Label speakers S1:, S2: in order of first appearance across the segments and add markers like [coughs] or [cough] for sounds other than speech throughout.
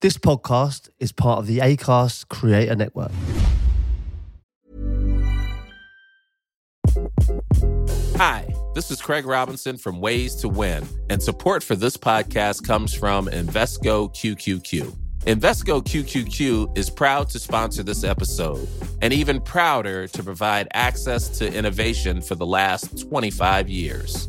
S1: This podcast is part of the Acast Creator Network.
S2: Hi, this is Craig Robinson from Ways to Win, and support for this podcast comes from Invesco QQQ. Invesco QQQ is proud to sponsor this episode, and even prouder to provide access to innovation for the last 25 years.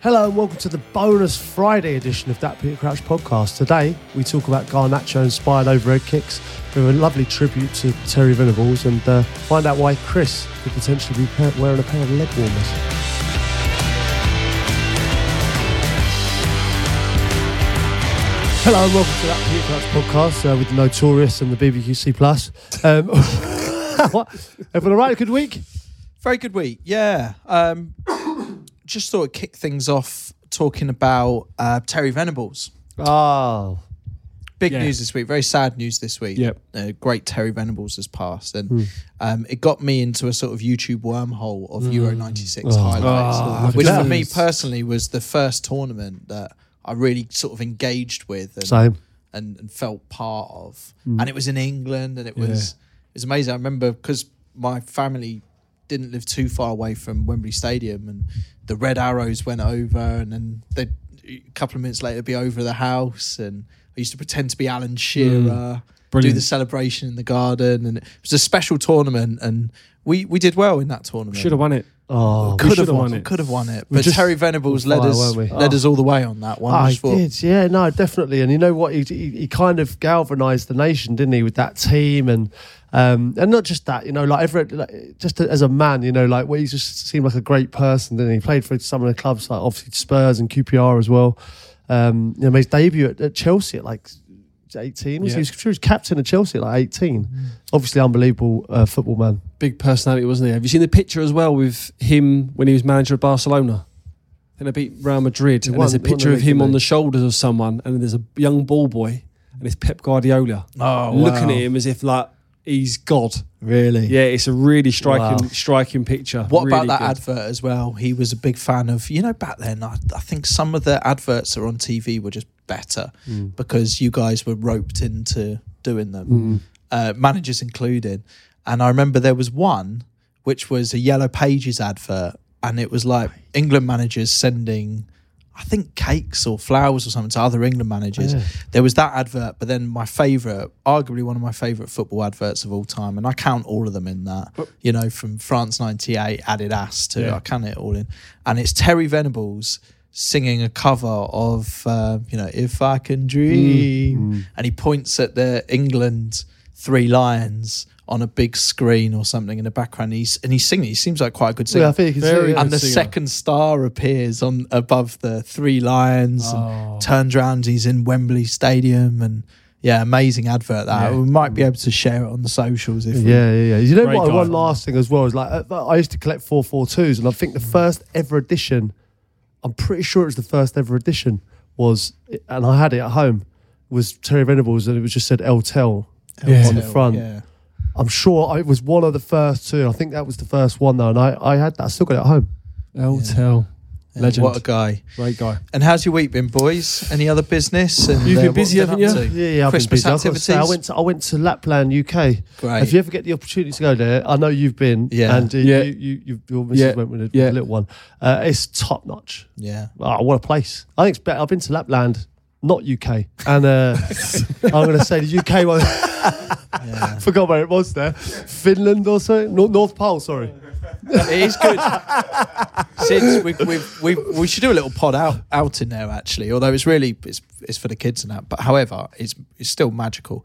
S1: Hello and welcome to the bonus Friday edition of That Peter Crouch podcast. Today we talk about Garnacho inspired overhead kicks with a lovely tribute to Terry Venables and uh, find out why Chris could potentially be pa- wearing a pair of leg warmers. Hello and welcome to That Peter Crouch podcast uh, with the Notorious and the BBQC Plus. Um, [laughs] what? Everyone all right? A good week?
S3: Very good week. Yeah. Um, just thought I'd kick things off talking about uh, Terry Venables.
S1: Oh,
S3: Big
S4: Yeah.
S3: news this week. Very sad news this week.
S4: Yep. Hmm.
S3: Uh, great Terry Venables has passed. And um, it got me into a sort of YouTube wormhole
S4: Hmm.
S3: of Euro 96
S4: Oh,
S3: highlights,
S1: Ah,
S3: which for
S1: those.
S3: me personally was the first tournament that I really sort of engaged with. And
S1: same.
S3: and, and felt part of.
S1: Mm.
S3: And it was in England, and it was it was amazing. I remember because my family didn't live too far away from Wembley Stadium, and the Red Arrows went over, and then they a couple of minutes later be over the house, and I used to pretend to be
S1: Mm.
S3: Alan Shearer. Do
S4: Brilliant.
S3: the celebration in the garden, and it was a special tournament, and we we did well in that tournament.
S4: Should have won it.
S1: Oh,
S4: We
S3: could have
S4: should've
S3: won,
S4: won it.
S3: could have won it,
S1: We
S3: but
S1: just-
S3: Terry Venables
S1: Fire,
S3: led us
S1: weren't we? Oh.
S3: led us all the way on that one.
S1: I
S3: just thought-
S1: did, yeah, no, definitely. And you know what? He, he, he kind of galvanised the nation, didn't he, with that team and um, and not just that, you know, like every like, just as a man, you know, like where he just seemed like a great person, didn't he? He played for some of the clubs like obviously Spurs and QPR as well. Um, you know, made his debut at, at Chelsea at like. 18 was he?
S4: Yeah. Mm.
S1: he was, he was captain of Chelsea at like 18 obviously unbelievable uh, football man
S4: Big personality, wasn't he? Have you seen the picture as well with him when he was manager of Barcelona? Then I beat Real Madrid, and
S1: won-
S4: there's a
S1: they won the
S4: picture of
S1: league,
S4: him
S1: didn't
S4: on
S1: they?
S4: the shoulders of someone, and there's a young ball boy, and it's Pep Guardiola
S3: Oh,
S4: looking
S3: wow.
S4: at him as if like he's God.
S1: really
S4: Yeah, it's a really striking,
S1: Wow.
S4: striking picture.
S3: What
S4: Really
S3: about that
S4: good.
S3: advert as well? He was a big fan of, you know, back then, I, I think some of the adverts that are on TV were just better
S4: Mm.
S3: because you guys were roped into doing them,
S4: Mm.
S3: uh, managers included. And I remember there was one which was a Yellow Pages advert, and it was like England managers sending. I think cakes or flowers or something to other England managers. There was that advert, but then my favourite, arguably one of my favourite football adverts of all time, and I count all of them in that. You know, from France '98, Adidas to I count it all in, and it's Terry Venables singing a cover of uh, you know If I Can Dream,
S1: Mm,
S3: and he points at the England three lions on a big screen or something in the background. And he's and he's singing. He seems like quite a good singer
S1: Yeah, I think you can
S4: Very
S1: see it.
S3: and the
S4: singer.
S3: second star appears on above the three lions
S4: Oh.
S3: and turns around he's in wembley stadium and yeah amazing advert that we might be able to share it on the socials if
S1: Yeah, yeah, yeah. You know
S4: Great
S1: what?
S4: guy.
S1: One last thing as well is like uh, I used to collect four four twos, and I think the first ever edition, I'm pretty sure it was the first ever edition was, and I had it at home, was Terry Venables, and it was just said LTEL
S3: we
S4: Yeah.
S1: on the
S3: tell.
S1: front.
S3: yeah
S1: I'm sure it was one of the first two. I think that was the first one though, and I, I had that. I still got it at home.
S4: El Tell,
S3: Yeah,
S4: legend,
S3: what a guy
S4: great guy.
S3: and how's your week been boys any other business and uh,
S4: You've been
S3: what
S4: busy,
S3: have been
S4: haven't
S3: up to?
S1: Yeah, yeah. I've been
S3: Christmas
S1: busy. I've got to say, I
S3: activities?
S1: went to I went to Lapland, UK.
S3: Great.
S1: If you ever get the opportunity to go there, I know you've been.
S3: Yeah.
S1: And uh,
S4: Yeah.
S1: you, you, you, your missus
S4: Yeah.
S1: went with a, with
S4: Yeah.
S1: a little one. Uh, it's top notch.
S3: yeah
S1: Oh, what a place. I think it's better. I've been to Lapland, not UK. And uh, I'm going to say the UK one. [laughs] Forgot where it was there. Finland or so? North, North Pole, sorry.
S3: it is good [laughs] since we've, we've, we've, we should do a little pod out out in there actually although it's really it's, it's for the kids and that but however it's it's still magical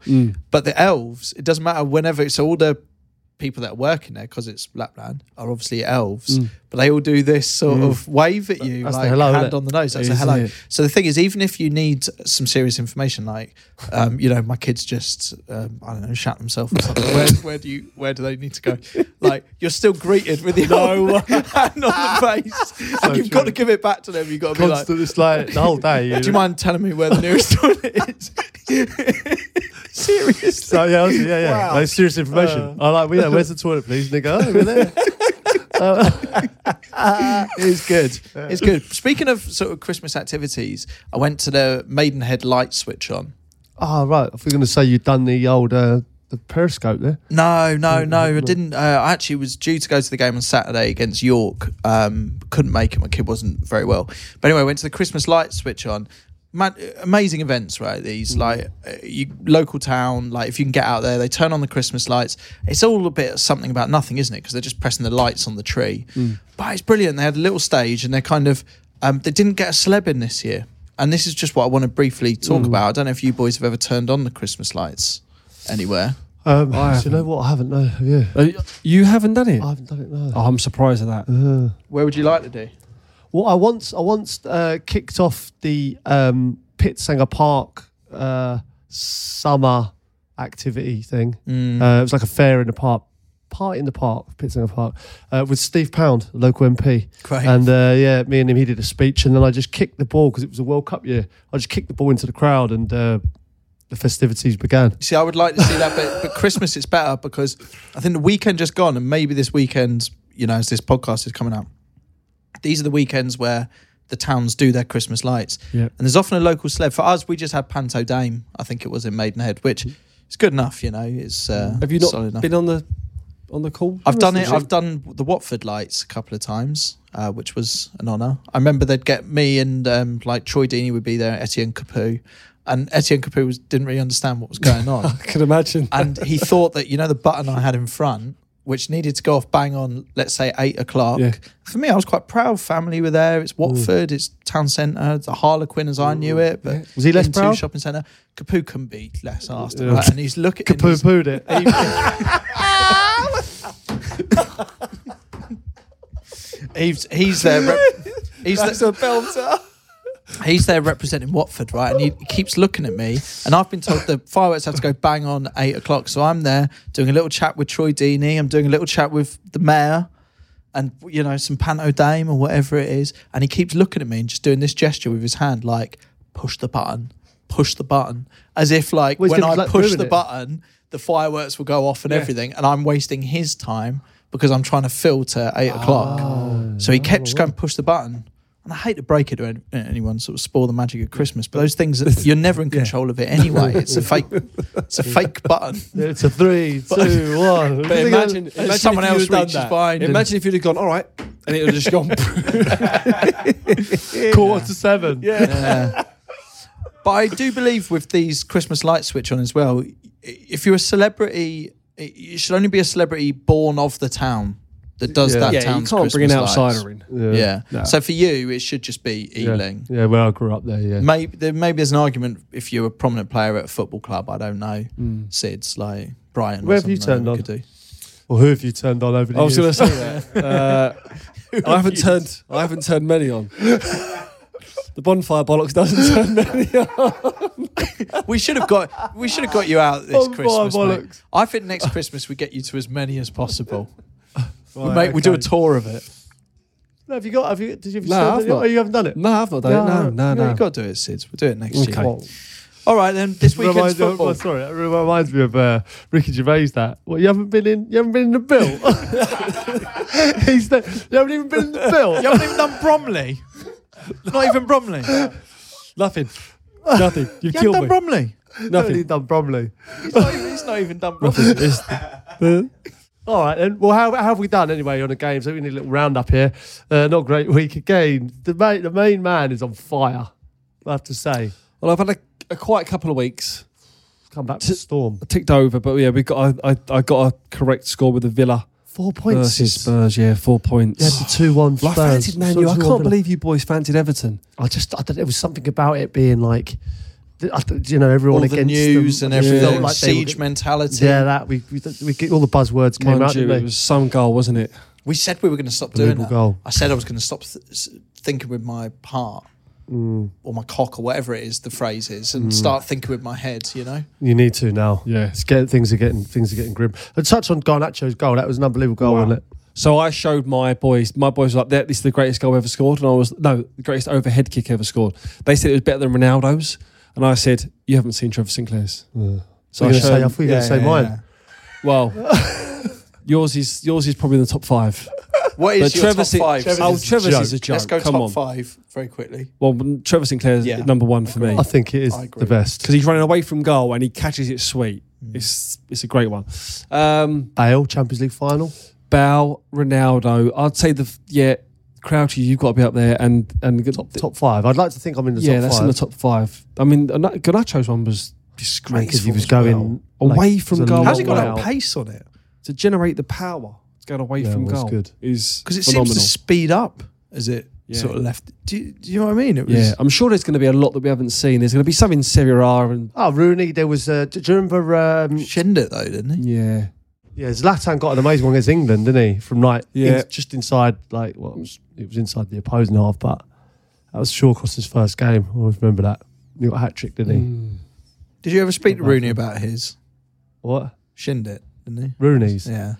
S3: but the elves it doesn't matter whenever so all the people that are working there because it's Lapland are obviously elves, but they all do this sort of wave at you,
S1: That's the
S3: like
S1: hello,
S3: hand
S1: innit?
S3: on the nose. That's a
S1: Isn't
S3: hello.
S1: it?
S3: So the thing is, even if you need some serious information, like um, you know, my kids just um, I don't know, shat themselves or something. where, where do you where do they need to go? Like you're still greeted with the old [laughs] hand on the face, and you've got to give it back to them. You've got to be like,
S1: Constant, it's like [laughs] the whole day.
S3: [laughs] do you mind telling me where the nearest toilet is? Seriously.
S1: So yeah, honestly, yeah, yeah.
S3: Wow.
S1: Like serious information. I like, well, yeah, where's the toilet, please, nigga? Over there. [laughs]
S3: it's good. It's good. Speaking of sort of Christmas activities, I went to the Maidenhead light switch on.
S1: Oh, right. I was going to say you'd done the old uh, the periscope there.
S3: No, no, no. I didn't. Uh, I actually was due to go to the game on Saturday against York. Um, couldn't make it. My kid wasn't very well. But anyway, I went to the Christmas light switch on. Man, amazing events, right? These like uh, you, local town. Like if you can get out there, they turn on the Christmas lights. It's all a bit something about nothing, isn't it? Because they're just pressing the lights on the tree. But it's brilliant. They had a little stage, and they're kind of um, they didn't get a celeb in this year. And this is just what I want to briefly talk about. I don't know if you boys have ever turned on the Christmas lights anywhere.
S1: Um,
S4: I
S1: do you know what? I haven't. No, have you?
S4: Uh, you haven't done it.
S1: I haven't done it. No.
S4: Oh, I'm surprised at that.
S3: Where would you like to do?
S1: Well, I once I once uh, kicked off the um, Pitsanger Park uh, summer activity thing. Uh, it was like a fair in the park, party in the park, Pitsanger Park, uh, with Steve Pound, local MP.
S3: Great.
S1: And uh, yeah, me and him, he did a speech, and then I just kicked the ball because it was a World Cup year. I just kicked the ball into the crowd, and uh, the festivities began.
S3: See, I would like to see that, but, but Christmas it's better because I think the weekend just gone, and maybe this weekend, you know, as this podcast is coming out, these are the weekends where the towns do their Christmas lights.
S1: Yeah.
S3: And there's often a local sled. For us, we just had Panto Dame, I think it was in Maidenhead, which is good enough, you know. It's uh,
S4: Have you not
S3: solid enough.
S4: been on the on the call?
S3: I've done it.
S4: recently?
S3: I've done the Watford lights a couple of times, uh, which was an honour. I remember they'd get me and um, like Troy Deeney would be there, Etienne Capu, and Etienne Capu was, didn't really understand what was going
S1: [laughs]
S3: on,
S4: I can imagine.
S3: and he thought that you know the button I had in front, which needed to go off bang on, let's say eight o'clock.
S4: Yeah.
S3: For me, I was quite proud. Family were there. It's Watford. It's town centre. It's a Harlequin as I knew it. But
S1: Was he less
S3: into
S1: proud?
S3: Shopping centre. Capu couldn't be less asked.
S1: Yeah.
S3: right? And he's looking. and
S1: Poo
S3: he's-
S1: pooed it.
S3: He's he's there. [laughs] Rep- he's there, a belter. [laughs] He's there representing Watford, right? And he keeps looking at me, and I've been told the fireworks have to go bang on at eight o'clock. So I'm there doing a little chat with Troy Deeney. I'm doing a little chat with the mayor, and you know some Panto Dame or whatever it is. And he keeps looking at me and just doing this gesture with his hand, like push the button, push the button, as if like
S1: Well, he's
S3: when
S1: gonna,
S3: I
S1: like,
S3: push
S1: ruin
S3: the
S1: it.
S3: button, the fireworks will go off and everything, and I'm wasting his time because I'm trying to filter eight
S1: Ah.
S3: o'clock.
S1: Oh,
S3: So he kept just going push the button. And I hate to break it to an- anyone, sort of spoil the magic of Christmas, but those
S1: [laughs]
S3: things you're never in control of it anyway. It's a fake, it's a fake button.
S1: It's a three, two, one.
S4: But imagine,
S3: And
S4: imagine
S3: someone
S4: if you'd
S3: else
S4: have done
S3: reaches
S4: that.
S3: behind and-
S4: Imagine if you'd have gone, all right, and it would have just
S3: [laughs]
S4: gone.
S1: quarter to seven. Yeah.
S3: But I do believe with these Christmas lights switch on as well, i- if you're a celebrity, i- you should only be a celebrity born of the town that does
S1: Yeah.
S3: that
S4: yeah, you
S3: town's
S4: can't bring an
S3: Christmas
S4: outsider
S3: lights.
S4: in.
S3: Yeah. So for you, it should just be Ealing.
S1: uh, Yeah, where I grew up there, yeah.
S3: Maybe there, maybe there's an argument if you're a prominent player at a football club. I don't know. Sid's like Brighton.
S1: Mm.
S3: or
S1: Where have you
S3: something
S1: turned
S3: we
S1: on?
S3: could do.
S1: Or who have you turned on over the
S4: I was going to
S1: years?
S4: say [laughs] that. Uh, I haven't turned. I haven't turned many on. The bonfire bollocks doesn't turn many on.
S3: We should have got we should have got you out this
S1: [laughs] Oh,
S3: Christmas.
S1: my
S3: mate.
S1: bollocks.
S3: I think next Christmas we get you to as many as possible. we make we do a tour of it.
S1: No, have you got? Have you? Did you? Have
S4: No,
S1: you
S4: I've
S1: still done it?
S4: not.
S1: Oh, you haven't done it.
S4: No, I've not done it. No,
S3: Yeah,
S4: no,
S3: you
S4: no.
S3: got to do it, Sids. We'll do it next
S4: Okay.
S3: year. All right then.
S1: [laughs]
S3: This weekend's
S1: Reminds, oh,
S3: football.
S1: sorry, it reminds me of uh, Ricky Gervais. That what you haven't been in? You haven't been in the
S4: [laughs]
S1: bill. [laughs] He's the, you haven't even been in the bill.
S4: [laughs]
S3: you haven't even done Bromley. Not
S1: [laughs]
S3: even Bromley. You
S4: Nothing. Nothing. You've
S3: haven't
S4: killed
S3: done
S4: me.
S3: Bromley.
S1: Nothing.
S4: Nothing.
S1: done Bromley.
S3: He's not, even, he's not even done Bromley.
S4: It's-
S1: All right, then. Well, how, how have we done anyway on the games? We need a little roundup here. Uh, not a great week again. The main, the main man is on fire. I have to say,
S4: well, I've had a, a quiet couple of weeks.
S1: come back to storm.
S4: I ticked over, but yeah, we got. I, I, I got a correct score with the Villa
S1: Four points.
S4: versus Spurs. Yeah, four points.
S1: Yeah, the two one.
S4: Well, I fancied Man U. I can't believe you boys fancied Everton.
S1: I just, I don't, it was something about it being like th- I th- you know, everyone
S3: all the
S1: against
S3: news
S1: them.
S3: and everything,
S1: Like they were
S3: siege
S1: get-
S3: mentality.
S1: Yeah, that we, we, we get- all the buzzwords came
S4: Mind
S1: out.
S4: you,
S1: didn't
S4: it
S1: they?
S4: was some goal, wasn't it?
S3: We said we were going to stop doing
S1: Unbelievable
S3: that.
S1: goal.
S3: I said I was going to stop th- s- thinking with my heart
S1: Mm.
S3: or my cock or whatever it is the phrase is, and start thinking with my head. You know,
S1: You need to now.
S4: Yeah.
S1: it's getting things are getting things are getting grim. A touch on Garnacho's goal. That was an unbelievable goal, wasn't it?
S4: So I showed my boys. My boys were like, "That- "This is the greatest goal ever scored," and I was no, the greatest overhead kick ever scored. They said it was better than Ronaldo's, and I said, "You haven't seen Trevor Sinclair's." So
S1: So
S4: I
S1: you're gonna
S4: showed.
S1: say, I
S4: them-
S1: thought you were gonna
S3: Yeah,
S1: say
S3: yeah,
S1: mine.
S3: yeah.
S4: well, [laughs] yours is yours is probably in the top five.
S3: What is
S4: But
S3: your
S4: Trevor
S3: top
S4: Sin-
S3: five?
S4: Trevor's Oh, is a Trevor's joke. is a
S3: Let's
S4: joke.
S3: go
S4: Come
S3: top
S4: on.
S3: five very quickly.
S4: Well, Trevor Sinclair's
S3: Yeah.
S4: number one for me
S1: I think it is
S3: I agree.
S1: the best.
S4: because he's running away from goal and he catches it sweet.
S3: Mm.
S4: It's it's a great one. Um,
S1: Bale Champions League final.
S4: Bow Ronaldo. I'd say the yeah. Crouchy, you've got to be up there, and and
S1: Top, top five. I'd like to think I'm in the
S4: yeah,
S1: top
S4: that's
S1: five.
S4: in the top five. I mean, Ganacho's one
S1: Man,
S4: was
S1: 'cause
S4: disgraceful.
S1: he was
S4: as well.
S1: going
S4: away
S1: like,
S4: from
S1: it was a
S4: goal.
S1: long
S3: How's it got
S1: way
S4: Wow.
S3: that pace on it?
S4: to generate the power? It's going away
S1: Yeah,
S4: from
S1: it was
S4: goal.
S1: good.
S4: Is
S3: Because it
S4: phenomenal.
S3: seems to speed up as it
S4: Yeah.
S3: sort of left. Do you, do you know what I mean? It was
S4: yeah, I'm sure there's going to be a lot that we haven't seen. There's going to be some in Serie A and
S1: Oh, Rooney. There was. Uh, do you remember? Um,
S3: shinned it though, didn't he?
S4: yeah,
S1: yeah, Zlatan got an amazing one against England, didn't he? From like
S4: Yeah.
S1: in- just inside, like what was it was inside the opposing half, but that was Shawcross's first game. I always remember that. He got a hat trick, didn't he?
S4: Mm.
S3: Did you ever speak to Rooney about his
S1: What
S3: shinned it? Didn't
S1: Rooney's?
S3: he? Yeah,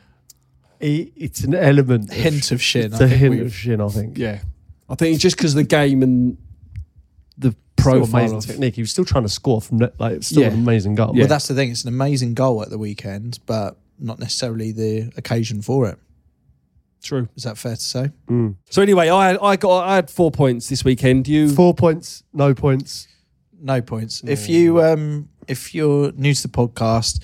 S1: He- it's an element. of-
S3: hint
S4: [laughs]
S3: of shin.
S1: It's a hint
S3: we've-
S1: of shin, I think.
S4: yeah. I think it's just because the game and the
S1: Still
S4: profile
S1: amazing
S4: of
S1: technique. He was still trying to score from net, like it's still
S4: Yeah.
S1: an amazing goal.
S4: Yeah.
S3: Well, that's the thing. It's an amazing goal at the weekend, but not necessarily the occasion for it.
S4: true.
S3: Is that fair to say?
S4: So anyway, I I got I had four points this weekend. You
S1: Four points, no points.
S3: No points. If you um, if you're new to the podcast,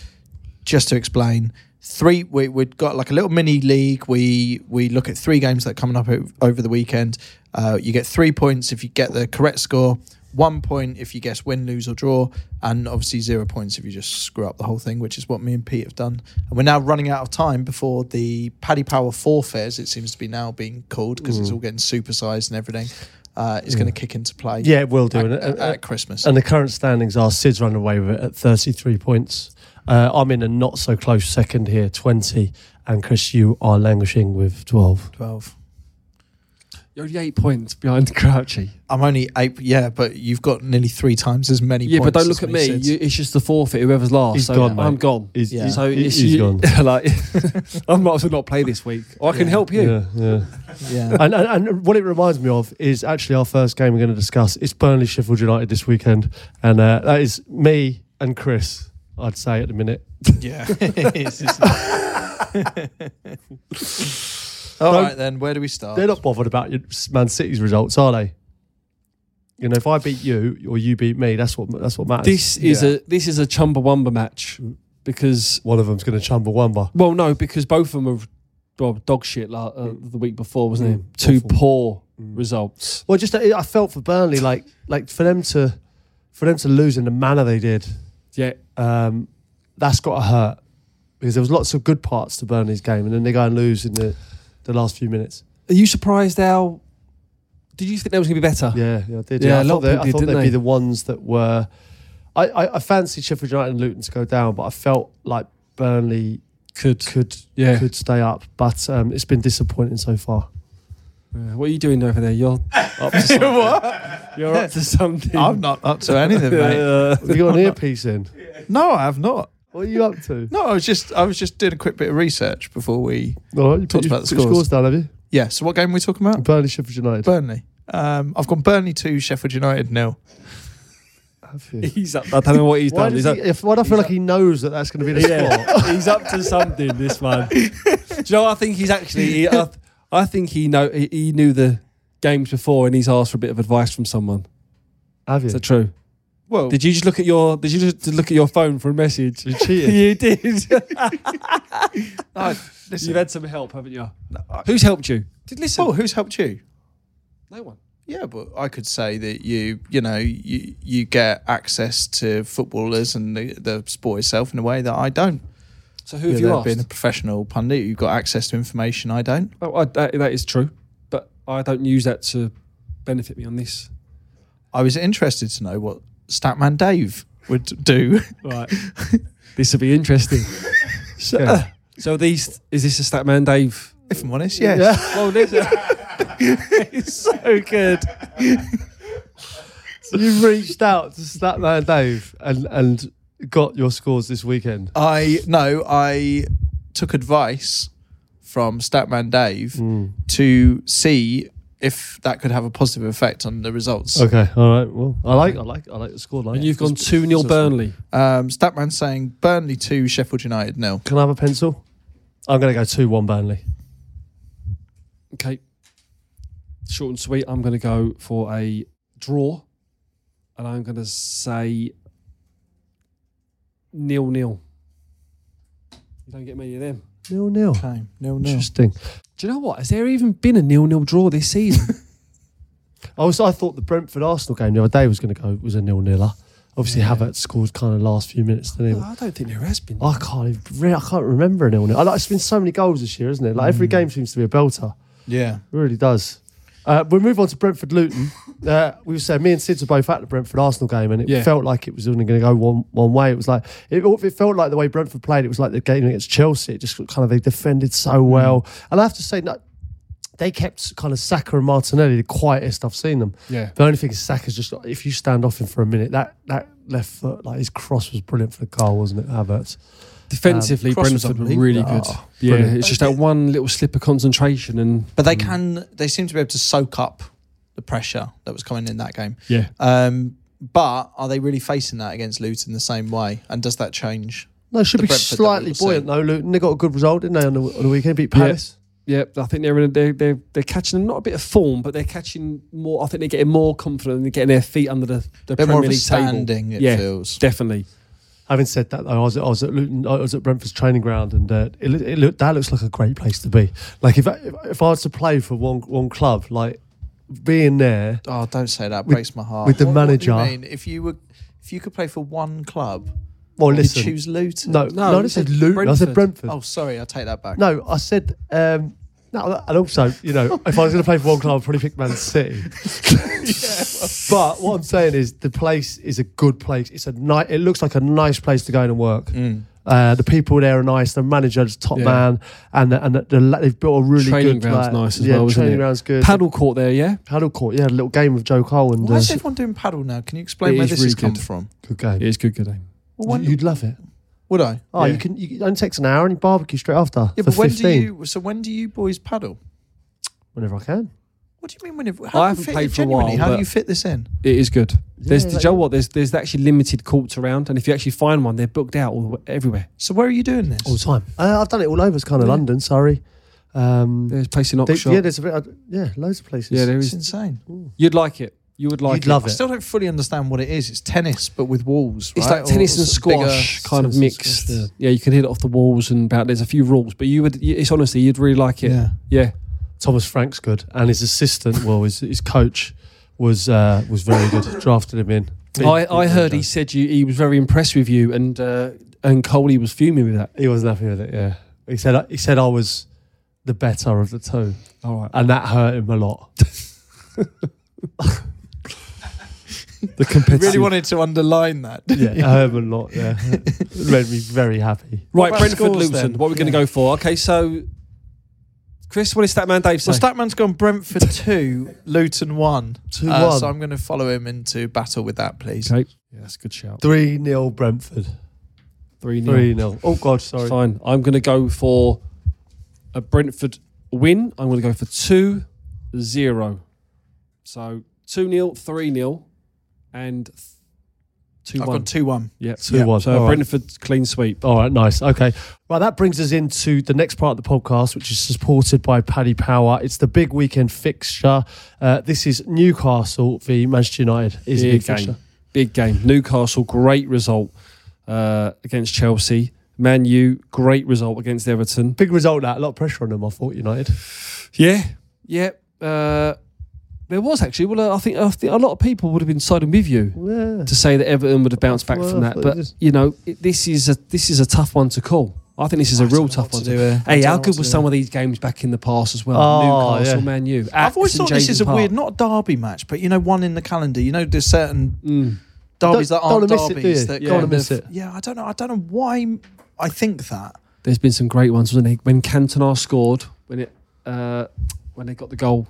S3: just to explain, three we we've got like a little mini league. We we look at three games that are coming up o- over the weekend. Uh, you get three points if you get the correct score. One point if you guess win, lose, or draw, and obviously zero points if you just screw up the whole thing, which is what me and Pete have done. And we're now running out of time before the Paddy Power forfeit, as it seems to be now being called, because
S1: Mm.
S3: it's all getting supersized and everything. Uh, is going to kick into play.
S1: Yeah, it will do.
S3: at,
S1: And-
S3: at-
S1: and-
S3: at Christmas.
S1: And the current standings are Sid's run away with it at 33 points. Uh, I'm in a not so close second here, 20. And Chris, you are languishing with 12.
S3: 12.
S4: you're only eight points behind Crouchy.
S3: I'm only eight. Yeah, but you've got nearly three times as many.
S4: Yeah,
S3: points
S4: but don't
S3: as
S4: look at me.
S3: me. Sid.
S4: You, it's just the forfeit. Whoever's last,
S1: He's
S4: so
S1: gone,
S4: I'm
S1: mate.
S4: gone.
S1: He's,
S3: Yeah.
S1: he's-
S4: So it's
S1: he's gone.
S4: you- [laughs] like, I might as well not play this week. Or I can
S3: Yeah.
S4: help you.
S1: Yeah,
S4: [laughs]
S1: yeah.
S3: yeah,
S1: And, and, and what it reminds me of is actually our first game we're going to discuss. It's Burnley Sheffield United this weekend. And uh, that is me and Chris, I'd say, at the minute.
S3: [laughs] yeah. It's just- All
S1: Don't-
S3: right, then. Where do we start?
S1: They're not bothered about your Man City's results, are they? You know, if I beat you or you beat me, that's what that's what matters.
S4: This is
S3: Yeah.
S4: a this is a Chumbawamba match because
S1: one of them's going to Chumbawamba.
S4: well no because both of them are well, dog shit like, uh, the week before wasn't
S1: Mm.
S4: it? Two
S1: Awful.
S4: poor results.
S1: Well, just I I felt for Burnley, like like for them to for them to lose in the manner they did,
S4: Yeah,
S1: um, that's got to hurt because there was lots of good parts to Burnley's game, and then they go and lose in the the last few minutes.
S4: are you surprised how? Did you think that was gonna be better?
S1: Yeah, yeah, I did.
S4: Yeah,
S1: I
S4: a
S1: thought
S4: lot of
S1: they-
S4: people
S1: I
S4: did,
S1: thought
S4: didn't
S1: they'd
S4: they?
S1: be the ones that were. I, I, I fancied Sheffield United and Luton to go down, but I felt like Burnley
S4: Could
S1: could
S4: yeah.
S1: could stay up, but um, it's been disappointing so far.
S4: Yeah, What are you doing over there? You're up [laughs] to something. You're up [laughs] to something.
S3: I'm not up to anything, mate.
S4: Uh,
S1: Have you got an earpiece in?
S3: No, I have not.
S1: What are you up
S4: [laughs]
S1: to?
S3: No, I was just I was just doing a quick bit of research before we.
S1: All right, you
S3: Talked
S1: put, your-
S3: about the
S1: put your
S3: scores.
S1: scores down, have you?
S3: Yeah. So what game are we talking about?
S1: Burnley, Sheffield United.
S3: Burnley. Um, I've gone Burnley two, Sheffield United nil.
S1: have you?
S4: he's up. I don't know what he's
S1: Why,
S4: done.
S1: does
S4: He's
S1: he,
S4: up,
S1: if, why do I feel like he knows that that's going [laughs] to be the score?
S4: yeah, [laughs] he's up to something. This [laughs] man. Do you know? what? I think he's actually. He, I, I think he know. He, he knew the games before, and he's asked for a bit of advice from someone.
S1: Have you?
S4: Is that true?
S3: Well,
S4: Did you just look at your? Did you just look at your phone for a message?
S1: You cheated. [laughs]
S4: [laughs] you did.
S3: no, listen.
S4: You've had some help, haven't you? Who's helped you? Did listen?
S3: oh, who's helped you?
S4: no one.
S3: Yeah, but I could say that you, you know, you you get access to footballers and the, the sport itself in a way that I don't.
S4: So who have
S3: know,
S4: you asked?
S3: being a professional pundit, you've got access to information I don't.
S4: Oh, I, that, that is true, but I don't use that to benefit me on this.
S3: I was interested to know what Statman Dave would do. [laughs]
S4: [laughs] Right. this will be interesting. so,
S1: [laughs]
S4: okay. so these is this a Statman Dave?
S3: If I'm honest, yes. Yeah.
S4: Well, this it's so good.
S1: You've reached out to Statman Dave and and got your scores this weekend.
S3: I no, I took advice from Statman Dave to see if that could have a positive effect on the results.
S1: Okay, all right. Well, I like I like I like the score line.
S4: And you've gone two 0 Burnley.
S3: Um, Statman saying Burnley two, Sheffield United nil.
S1: Can I have a pencil? I'm going to go two one Burnley.
S4: Okay. Short and sweet. I'm going to go for a draw, and I'm going to say nil nil. You don't get many of them.
S1: Nil nil.
S3: Okay, nil nil.
S1: Interesting.
S4: Do you know what? Has there even been a nil nil draw this
S1: [laughs]
S4: season?
S1: I was I thought the Brentford Arsenal game the other day was going to go was a nil niler. Obviously, Havertz scored kind of last few minutes. Didn't he?
S4: I don't think there has been.
S1: I can't even, re- I can't remember a nil nil. I like, it's been so many goals this year, isn't it? Like every game seems to be a belter.
S3: Yeah.
S1: It really does. Uh, we'll move on to Brentford
S3: [laughs]
S1: Luton. Uh, we said me and Sid were both at the Brentford Arsenal game, and it
S4: Yeah.
S1: felt like it was only going to go one one way. It was like it, it felt like the way Brentford played. It was like the game against Chelsea. It just kind of they defended so
S3: Mm.
S1: well, and I have to say that they kept kind of Saka and Martinelli the quietest I've seen them.
S4: Yeah.
S1: The only thing is Saka's just if you stand off him for a minute, that that left foot like his cross was brilliant for the goal, wasn't it, Havertz?
S4: Defensively,
S3: Um, cross was
S4: Brentford were really good.
S3: unbelievable. Oh,
S4: yeah,
S1: Ah, brilliant.
S4: it's just that one little slip of concentration and
S3: But they can. They seem to be able to soak up the pressure that was coming in that game.
S4: yeah.
S3: Um, but are they really facing that against Luton the same way? And does that change?
S1: No, should
S3: The
S1: be
S3: Brentford
S1: slightly
S3: double, so-
S1: buoyant though. Luton they got a good result, didn't they, on the, on the weekend? Beat
S4: Yeah.
S1: Palace.
S4: Yep, I think they're in a, they're, they're they're catching not a bit of form, but they're catching more. I think they're getting more confident and they're getting their feet under the, the
S3: They're
S4: Premier
S3: more of a
S4: League table.
S3: standing. It
S4: yeah,
S3: feels.
S4: definitely.
S1: Having said that, though, I was, I was at Luton, I was at Brentford's training ground, and uh, it, loo- it looked, that looks like a great place to be. Like if I, if, if I was to play for one one club, like being there,
S3: Oh, don't say that.
S1: With-
S3: Breaks my heart.
S1: with the
S3: do you
S1: manager.
S3: mean? If you were, if you could play for one club,
S1: well,
S3: you'd
S1: Oh, listen,
S3: choose Luton.
S1: no, no,
S4: No,
S1: I
S4: you
S1: didn't say
S4: said
S1: Luton, I said
S4: Brentford.
S1: Brentford.
S3: Oh, sorry, I take that back.
S1: No, I said. Um, no, and also, you know, if I was going to play for one club, I'd probably pick Man
S4: [laughs]
S1: City. [laughs] but what I'm saying is, the place is a good place. It's a nice. It looks like a nice place to go in and work.
S3: Mm.
S1: Uh, the people there are nice. The manager's top
S4: Yeah.
S1: man, and the, and the, the, la- they've built a really
S4: Training
S1: good.
S4: ground's
S1: like-
S4: nice as
S1: yeah,
S4: well, isn't
S1: training
S4: it?
S1: ground's good.
S4: Paddle court there, yeah.
S1: paddle court. Yeah, a little game with Joe Cole and
S3: Why
S1: uh,
S3: is everyone doing paddle now? Can you explain
S4: It
S3: where
S4: is
S3: this
S4: really
S3: has come
S4: good.
S3: from?
S1: good game.
S4: It is good, good aim.
S3: Well, when,
S1: You'd love it.
S3: would I?
S1: Oh,
S4: Yeah.
S1: you can. You, can- it only takes an hour and you barbecue straight after.
S3: Yeah,
S1: for
S3: but when
S1: 15,
S3: do you? So when do you boys paddle?
S1: Whenever I can.
S3: What do you mean when? How do
S4: I
S3: you
S4: haven't
S3: fit-
S4: played for a
S3: genuinely,
S4: while,
S3: How
S4: but-
S3: do you fit this in?
S4: It is good. There's
S1: Yeah,
S4: do
S1: like-
S4: you know what? There's there's actually limited courts around, and if you actually find one, they're booked out all the way, everywhere.
S3: So where are you doing this?
S1: All the time. Uh, I've done it all over. It's kind of London. Sorry. Um,
S4: There's a place in
S1: They-
S4: Oxford.
S1: yeah, there's a bit. uh, yeah, loads of places.
S4: yeah, there
S3: It's
S4: is.
S3: insane.
S4: You'd like it. You would like
S1: You'd
S4: it.
S1: love
S3: I
S1: it.
S3: still don't fully understand what it is. It's tennis, but with walls.
S4: It's
S3: right?
S4: like
S3: Or
S4: tennis and
S3: sort of bigger-
S4: squash kind of
S1: tennis and
S4: mixed.
S1: squash,
S4: Yeah. you can hit it off the walls and about. There's a few rules, but you would. It's honestly, you'd really like it.
S3: Yeah.
S4: yeah.
S1: Thomas Frank's good, and his assistant, well, his, his coach was uh, was very good. Drafted him in.
S4: I, I heard he said you, he was very impressed with you, and uh, and Coley was fuming with that.
S1: he wasn't happy with it. Yeah, he said he said I was the better of the two,
S4: All right.
S1: and that hurt him a
S4: [laughs]
S1: lot. the
S3: You
S1: [laughs] competitive,
S3: really wanted to underline [laughs] that.
S1: yeah, it hurt him a lot. Yeah, it made me very happy.
S4: Right,
S3: about
S4: Brentford
S3: scores
S4: Luton.
S3: then?
S4: What are we going to
S3: Yeah.
S4: go for? Okay, so Chris, what is that man Dave
S3: So
S4: say?
S3: Statman's gone Brentford two, Luton one.
S1: Two
S3: Uh,
S1: one,
S3: So I'm going to follow him into battle with that, please.
S4: okay, yeah, that's a good shout.
S1: three 0 Brentford,
S4: Three
S1: three
S4: nil.
S1: 0 Oh God, sorry.
S4: Fine. I'm going to go for a Brentford win. I'm going to go for 2 0. So 2 0, 3 0, and 2
S3: I've
S4: 1.
S3: gone two one.
S4: yeah,
S1: Two one.
S4: So
S1: All right.
S4: Brentford clean sweep.
S1: All right, nice. Okay. Right, that brings us into the next part of the podcast, which is supported by Paddy Power. It's the big weekend fixture. Uh, this is Newcastle v Manchester United. It Is a big
S4: Big
S1: fixture.
S4: game. Big game. Newcastle, great result uh, against Chelsea. Man U, great result against Everton.
S1: Big result that. A lot of pressure on them, I thought, United.
S4: Yeah, yeah. Uh, there was actually. Well, I think, I think a lot of people would have been siding with you.
S1: Yeah.
S4: to say that Everton would have bounced back
S1: Well,
S4: from
S1: I
S4: that.
S1: thought it
S4: But
S1: just-
S4: you know, it, this is a this is a tough one to call. I think this is a
S3: I don't
S4: real
S3: know
S4: tough
S3: what
S4: one
S3: to
S4: to
S3: do here. I
S4: Hey,
S3: don't
S4: how
S3: know
S4: good
S3: what
S4: were
S3: to
S4: some of these games back in the past as well?
S1: Oh,
S4: Newcastle,
S1: yeah.
S4: Man U.
S3: I've always thought this is a weird,
S4: Not-
S3: not derby match, but you know, one in the calendar. You know, there's certain derbies
S1: Mm. Don't-
S3: that aren't
S1: don't wanna miss it, do
S3: derbies
S1: you?
S3: that
S1: You
S3: kind
S1: don't wanna
S3: of-
S1: miss it.
S3: yeah I don't know I don't know why I think that
S4: There's been some great ones, wasn't he? When Cantona scored, when it uh, when they got the goal.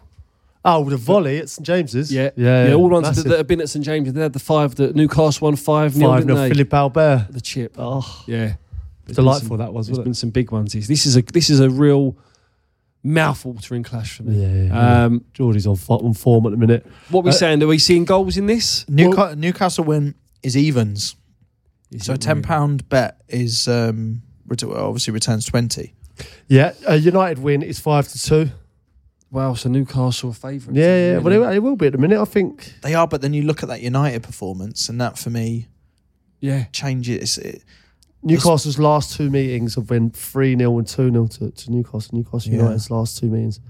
S1: Oh, with a volley at St James's.
S4: Yeah,
S1: yeah,
S4: all ones
S1: massive.
S4: that, that have been at St James. They had the five that Newcastle won five 0
S1: five
S4: didn't
S1: nil.
S4: they?
S1: Philip Albert.
S4: The chip.
S1: Oh,
S4: Yeah, There's
S1: delightful
S4: Been
S1: that was,
S4: some, there's
S1: wasn't
S4: been some big ones. This is a this is a real mouth-watering clash for
S1: it?
S4: me.
S1: Yeah, yeah, yeah.
S4: Um,
S1: Geordie's on, fo- on form at the minute.
S4: what are we
S1: Uh,
S4: saying? Are we seeing goals in this?
S3: Newca- Newcastle win is evens so a
S4: it
S3: ten
S4: really?
S3: pound bet is um, ret- obviously returns twenty
S1: Yeah, a United win is five to two.
S4: Wow, so Newcastle are favourites.
S1: Yeah, yeah. Well,
S4: Really?
S1: it, it will be at the minute. I think
S3: they are but then you look at that United performance and that for me
S4: yeah.
S3: changes it
S1: Newcastle's last two meetings have been three 0 and two 0 to, to Newcastle. Newcastle
S3: Yeah.
S1: United's last two meetings.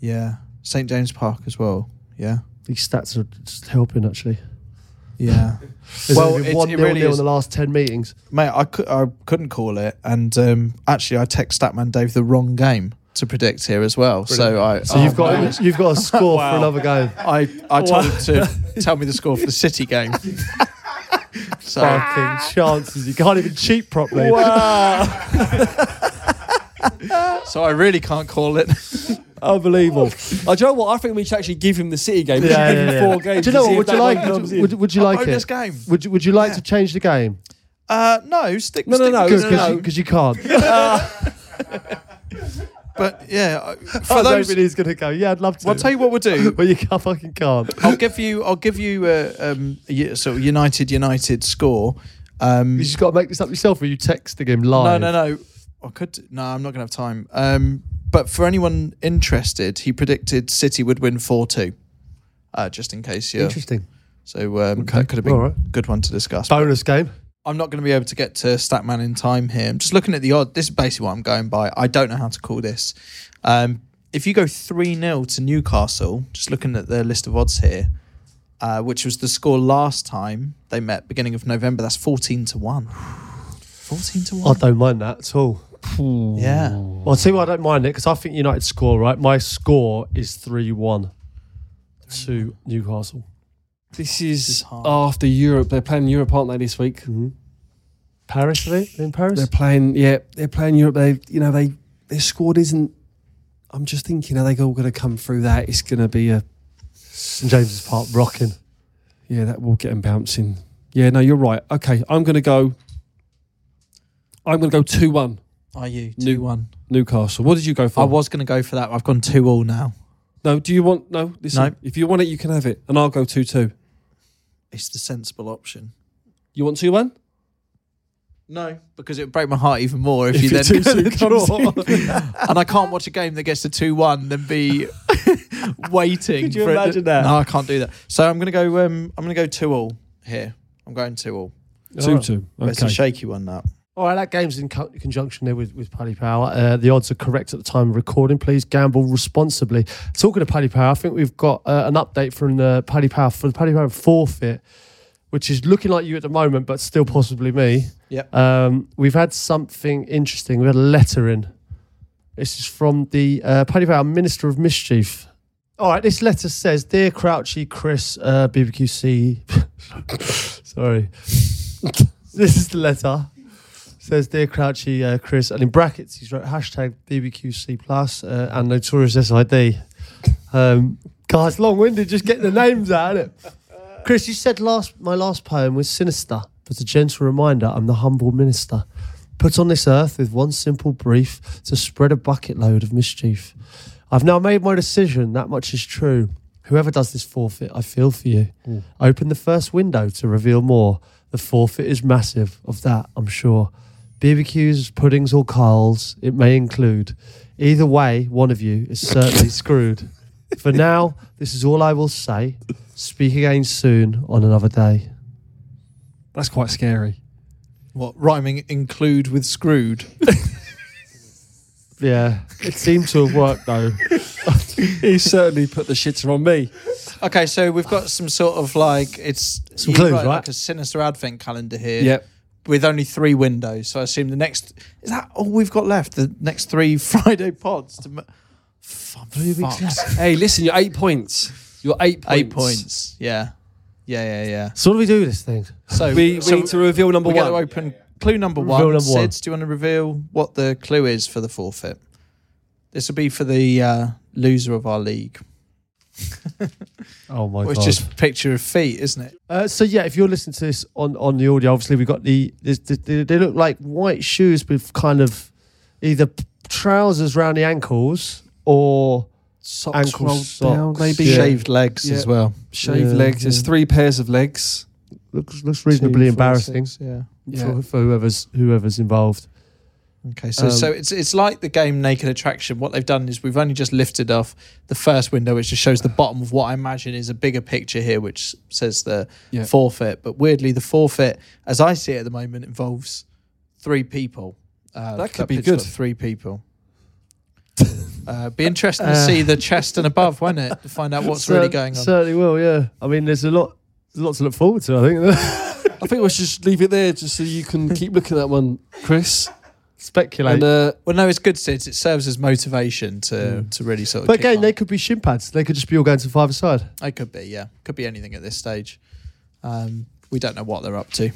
S3: yeah St James Park as well yeah
S1: These stats are just helping actually.
S3: [laughs] yeah
S1: There's
S3: Well,
S1: only
S3: it's-
S1: been one
S3: it
S1: nil
S3: really
S1: nil in
S3: is-
S1: the last ten meetings.
S3: mate I, could, I couldn't call it and um, actually I text Statman Dave the wrong game to predict here as well so I oh,
S1: So you've got you've got a score for another game.
S3: I, I [laughs] told him to tell me the score for the City [laughs] game. so [laughs]
S1: Fucking chances. You can't even cheat properly.
S3: so I really can't call it.
S4: Unbelievable. [laughs] I Oh, do you know what? I think we should actually give him the City game. We should give him four games.
S1: Do you
S4: to
S1: know
S4: see
S1: what?
S4: if
S1: Would
S4: that
S1: you
S4: one
S1: like?
S4: comes in.
S1: Would, would you
S3: I'll
S1: like
S3: bonus
S1: it?
S3: game.
S1: Would you, Would you like to change the game?
S3: Uh, no, stick.
S4: No, no,
S3: stick
S4: no,
S1: Oh,
S3: with
S4: it's
S3: the-
S4: good.
S1: Because you [laughs] can't. For
S3: But yeah, I- for those,
S1: he's going to go. Yeah, I'd love to.
S3: I'll tell you what we'll do.
S1: but you can't, fucking can't.
S3: I'll give you. I'll give you uh, um, a y- sort of United United score. Um,
S1: You just got to make this up yourself, or are you texting him
S3: no,
S1: live?
S3: no, no. I could. No, I'm not going to have time. Um, but for anyone interested, he predicted City would win four two. Uh, just in case, yeah.
S1: Interesting.
S3: So um, that could have been
S1: All right.
S3: a good one to discuss.
S1: Bonus game.
S3: I'm not going to be able to get to Statman in time here. I'm just looking at the odd. This is basically what I'm going by. I don't know how to call this. Um, if you go 3 0 to Newcastle, just looking at the list of odds here, uh, which was the score last time they met, beginning of November, that's 14 to [sighs] 1. 14 to
S1: I
S3: 1.
S1: don't mind that at all.
S3: Yeah.
S1: Well, see, why I don't mind it because I think United score right. My score is three-one to Newcastle.
S4: This is,
S3: is hard.
S4: after Europe. They're playing Europe, aren't they, this week?
S1: Mm-hmm. Paris, are they in Paris?
S4: They're playing, yeah, they're playing Europe. They, you know, they their squad isn't. I'm just thinking, are they all going to come through that? It's going to be a
S1: St James's Park rocking.
S4: yeah. That will get them bouncing. Yeah, no, you're right. Okay, I'm going to go. I'm going to go two one
S3: Are you? 2
S4: New-
S3: 1.
S4: Newcastle. What did you go for?
S3: I was going to go for that. I've gone 2 all now.
S4: No, do you want no? Listen,
S3: No.
S4: if you want it, you can have it, and I'll go two two.
S3: It's the sensible option.
S4: You want two one?
S3: No, because it would break my heart even more if,
S4: If
S3: you
S4: you
S3: then
S4: do
S3: do [laughs] the
S4: two-two
S3: draw. and I can't watch a game that gets to 2 1 then
S4: [laughs]
S3: be waiting.
S4: Could you
S3: for it to-
S4: imagine that?
S3: No, I can't do that. So I'm going to go um, I'm going to go 2 all here. I'm going 2 all.
S4: Two two.
S3: But It's a
S4: Okay.
S3: shaky one that.
S1: All right, that game's in co- conjunction there with, with Paddy Power. Uh, the odds are correct at the time of recording. Please gamble responsibly. Talking to Paddy Power, I think we've got uh, an update from the Paddy Power for the Paddy Power forfeit, which is looking like you at the moment, but still possibly me.
S3: Yep.
S1: Um, we've had something interesting. We had a letter in. This is from the uh, Paddy Power Minister of Mischief. All right, this letter says, "Dear Crouchy, Chris, uh, BBQC." [laughs] Sorry, [laughs] this is the letter. Says, "Dear Crouchy, uh, Chris," and in brackets he's wrote hashtag BBQC plus uh, and notorious SID. Um, God, it's long-winded just getting the names out, is it? Chris, you said last my last poem was sinister, but a gentle reminder I'm the humble minister. Put on this earth with one simple brief to spread a bucket load of mischief. I've now made my decision, that much is true. Whoever does this forfeit, I feel for you. Open the first window to reveal more. The forfeit is massive, of that I'm sure. BBQs, puddings, or carls, it may include. Either way, one of you is [laughs] certainly screwed. For now, this is all I will say. Speak again soon on another day.
S4: That's quite scary.
S3: What rhyming include with screwed?
S1: Yeah, it seemed to have worked though.
S4: he certainly put the shitter on me.
S3: okay, so we've got some sort of like it's
S1: Some
S3: you
S1: clues,
S3: write
S1: right?
S3: Like a sinister advent calendar here.
S4: Yep.
S3: With only three windows, so I assume the next is that all we've got left. The next three [laughs] Friday pods to. m- Fuck.
S1: Bloody big clap.
S4: Hey, listen, you're eight points. You're eight points.
S3: Eight points. Yeah. Yeah, yeah, yeah.
S1: So what do we do with this thing?
S3: So
S4: We, we
S3: so
S4: need to reveal number
S3: we're
S4: one.
S3: going to open clue number one.
S1: number
S3: Sids,
S1: one.
S3: do you want to reveal what the clue is for the forfeit? This will be for the uh, loser of our league.
S1: Oh my
S3: Well, it's just a picture of feet, isn't it?
S1: Uh, so yeah, if you're listening to this on, on the audio, obviously we've got the, this, this, they, they look like white shoes with kind of either p- trousers round the ankles or
S4: socks
S1: ankle
S4: rolled
S1: socks.
S4: down, maybe
S1: Yeah.
S3: Shaved legs
S4: Yeah.
S3: as well.
S4: shaved
S1: Yeah,
S4: legs. It's
S1: yeah.
S4: three pairs of legs.
S1: looks looks reasonably
S3: Two, four,
S1: embarrassing
S3: six, yeah.
S4: Yeah.
S1: for, for whoever's whoever's involved.
S3: Okay, so
S1: Um,
S3: so it's it's like the game Naked Attraction. What they've done is we've only just lifted off the first window, which just shows the bottom of what I imagine is a bigger picture here, which says the
S4: Yeah.
S3: forfeit. But weirdly, the forfeit, as I see it at the moment, involves three people. Uh,
S4: That could be
S3: picture's
S4: good.
S3: got Three
S4: [laughs]
S3: people. uh, be interesting to see the chest and above, won't it? To find out
S4: [laughs]
S3: what's
S1: Cer-
S3: really going on.
S1: Certainly will. Yeah. I mean, there's a lot there's a lot to look forward to. I think [laughs]
S4: I think we should just leave it there just so you can keep looking at that one, [laughs] Chris.
S1: speculate.
S4: and uh,
S3: well, no, it's good, Sid. It serves as motivation to
S4: Hmm.
S3: to really sort of.
S1: but
S3: kick
S1: again,
S3: on.
S1: they could be shin pads. They could just be all going to five aside.
S3: They could be, yeah. Could be anything at this stage. Um, we don't know what they're up to.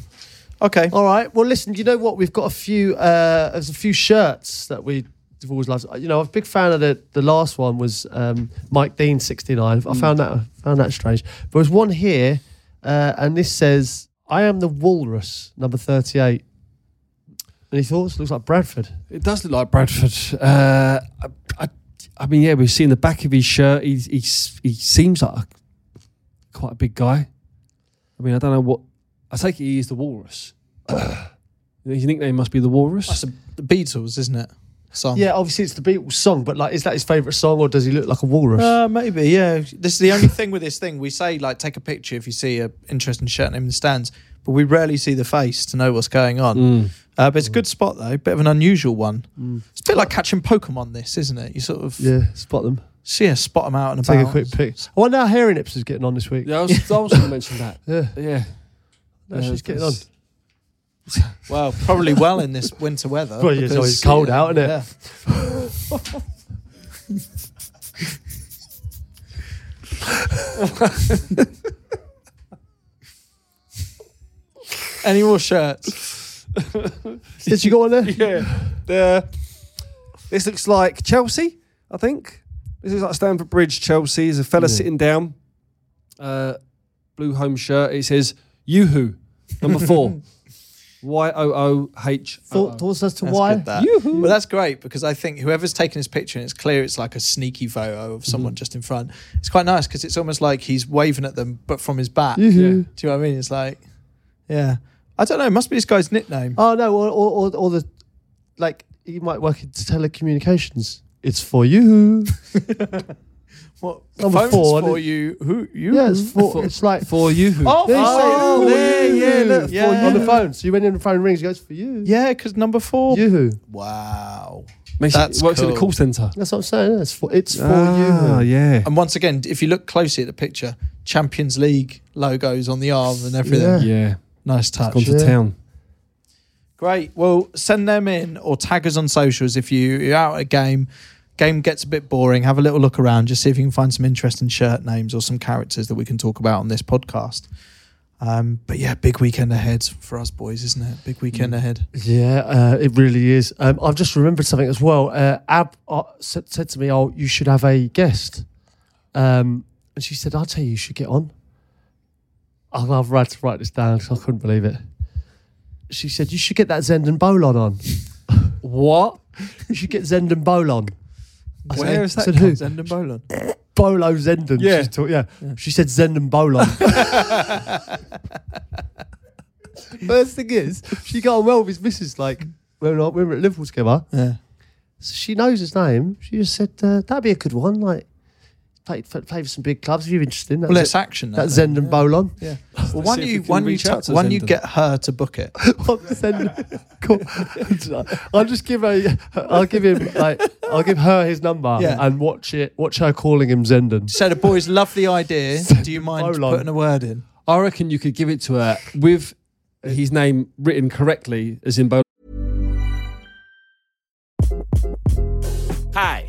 S3: Okay.
S1: All right. Well, listen. You know what? We've got a few. Uh, there's a few shirts that we. have always loved. You know, I'm a big fan of the the last one was um, Mike Dean 69. I
S3: Mm.
S1: found that found that strange. But there's one here, uh, and this says, "I am the Walrus, number 38." Any thoughts? Looks like Bradford.
S4: it does look like Bradford. Uh, I, I, I mean, yeah, we've seen the back of his shirt. He, he, s- he seems like a, quite a big guy. I mean, I don't know what. I take it he is the [coughs] Walrus. His nickname must be the
S3: That's
S4: Walrus.
S3: the the Beatles, isn't it? Song.
S1: Yeah, obviously it's the Beatles song, but like, is that his favourite song, or does he look like a walrus?
S3: Uh, maybe, yeah. This is the only thing with this thing. We say, like, take a picture if you see a interesting shirt name in the stands, but we rarely see the face to know what's going on.
S4: Mm.
S3: Uh, but it's a good spot, though. Bit of an unusual one. It's a bit like catching Pokemon, this, isn't it? You sort of
S1: yeah, spot them.
S3: see a spot them out and
S1: Take
S3: about.
S1: a quick pic. I wonder how Hairy Nips is getting on this week.
S4: Yeah, I was, I was going to mention that.
S1: Yeah,
S4: [laughs] Yeah.
S1: no, she's getting on.
S4: that's-
S3: Well, probably well in this winter weather.
S1: Well, yeah, it's
S3: because-
S1: always cold out, isn't it?
S3: Yeah. [laughs] Any more shirts?
S1: Did you go
S3: [laughs]
S1: on there?
S4: yeah. The, this looks like Chelsea, I think. This is like Stamford Bridge, Chelsea. There's a fella
S1: Yeah.
S4: sitting down, uh, blue home shirt. It says Yoo-hoo, number four. [laughs] Y O O H.
S1: Thought, thoughts as to
S3: That's
S1: why?
S3: good, that.
S4: Yoo-hoo.
S3: Well, that's great because I think whoever's taken his picture and it's clear it's like a sneaky photo
S1: Mm-hmm.
S3: of someone just in front. It's quite nice because it's almost like he's waving at them, but from his back.
S1: Yoo-hoo.
S4: Yeah.
S3: Do you know what I mean? It's like, yeah. I don't know. It must be this guy's nickname.
S1: Oh no, or, or, or, or the like you might work in telecommunications. It's for you.
S3: What,
S1: Number
S3: phones
S1: four,
S3: for
S1: isn't
S3: you. Who you?
S1: Yeah, it's for,
S4: For-
S1: it's like
S4: For Yoo-hoo.
S3: Oh,
S1: They say,
S3: oh,
S1: "For
S3: there,
S1: you."
S3: yeah, look,
S1: For
S3: yeah.
S1: you on the phone. So you went in the phone rings, it goes for you.
S3: Yeah, because number four.
S1: Yoo-hoo.
S3: Wow.
S4: Makes it-
S3: that's
S4: works in
S3: cool.
S4: the call centre.
S1: That's what I'm saying. yeah, It's for it's for
S4: Ah,
S1: you.
S4: yeah.
S3: And once again, if you look closely at the picture, Champions League logos on the arm and everything.
S1: Yeah.
S4: Yeah.
S3: Nice
S4: Gone
S3: touch.
S4: to
S1: Yeah.
S4: town.
S3: Great. Well, send them in or tag us on socials if you, you're out at a game. Game gets a bit boring. Have a little look around. Just see if you can find some interesting shirt names or some characters that we can talk about on this podcast. Um, but yeah, big weekend ahead for us boys, isn't it? Big weekend
S1: Mm.
S3: ahead.
S1: Yeah, uh, it really is. Um, I've just remembered something as well. Uh, Ab uh, said, said to me, "Oh, you should have a guest," um, and she said, "I'll tell you, you should get on." I've, I've had to write this down because I couldn't believe it. She said, "You should get that Zenden Bolon on.
S4: [laughs] What?
S1: You should get Zenden Bolon.
S4: Where
S3: Where
S4: is
S3: is
S1: that come-
S3: [laughs] Zenden Bolan.
S1: Bolo Zenden.
S4: Yeah.
S1: she's talk- yeah. She said Zenden
S4: [laughs]
S1: Bolon." First thing is, she got on well with his missus. Like when I- when we were at Liverpool together.
S3: Yeah.
S1: So she knows his name. She just said, uh, that'd be a good one. Like, play, f- play for some big clubs if you're interested. That's
S3: Well, let's action. now
S1: That's
S3: then.
S1: Zenden Bolon. [laughs]
S3: Yeah. Well, why don't
S4: see if
S3: you,
S4: we can
S3: why don't you,
S4: reach out
S3: ta-
S4: to
S3: why don't you
S4: Zenden.
S3: get her to book [laughs] it?
S1: What Zenden? [laughs] Cool. [laughs] I'll just give her. I'll give him like. I'll give her his number
S3: Yeah.
S1: and watch it. Watch her calling him Zenden.
S3: So the boys love the idea. Do you mind
S1: Bolon.
S3: putting a word in?
S4: I reckon you could give it to her with his name written correctly, as in Bo
S2: Hi,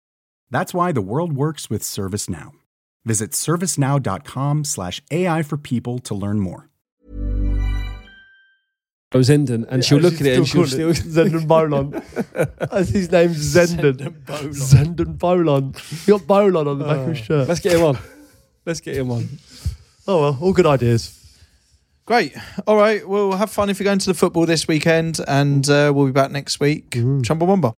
S5: That's why the world works with ServiceNow. Visit servicenow.com slash AI for people to learn more.
S4: Zenden, and she'll look at it and she'll still.
S1: Zenden Bolon. That's his name's Zenden.
S3: Zenden Bolon.
S1: Zenden Bolon. He got Bolon on the back of his shirt.
S4: [laughs] Let's get him on. Let's get him on.
S1: Oh well, all good ideas.
S3: Great. All right. Well, have fun if you're going to the football this weekend, and uh, we'll be back next week. Chumbawamba.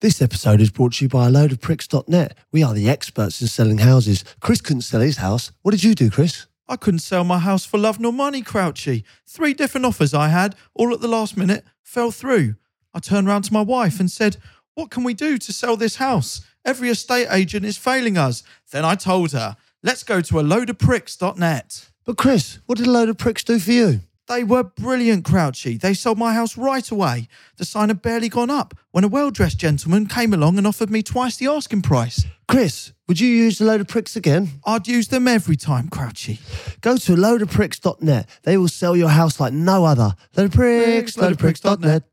S6: This episode is brought to you by a load of pricks.net. We are the experts in selling houses. Chris couldn't sell his house. What did you do, Chris?
S3: I couldn't sell my house for love nor money, Crouchy. Three different offers I had, all at the last minute, fell through. I turned round to my wife and said, What can we do to sell this house? Every estate agent is failing us. Then I told her, Let's go to a load of pricks.net.
S6: But Chris, what did a load of pricks do for you?
S3: They were brilliant, Crouchy. They sold my house right away. The sign had barely gone up when a well dressed gentleman came along and offered me twice the asking price.
S6: Chris, would you use a load of pricks again?
S3: I'd use them every time, Crouchy.
S6: Go to a load of pricks.net. They will sell your house like no other. Load of pricks, load of pricks.net.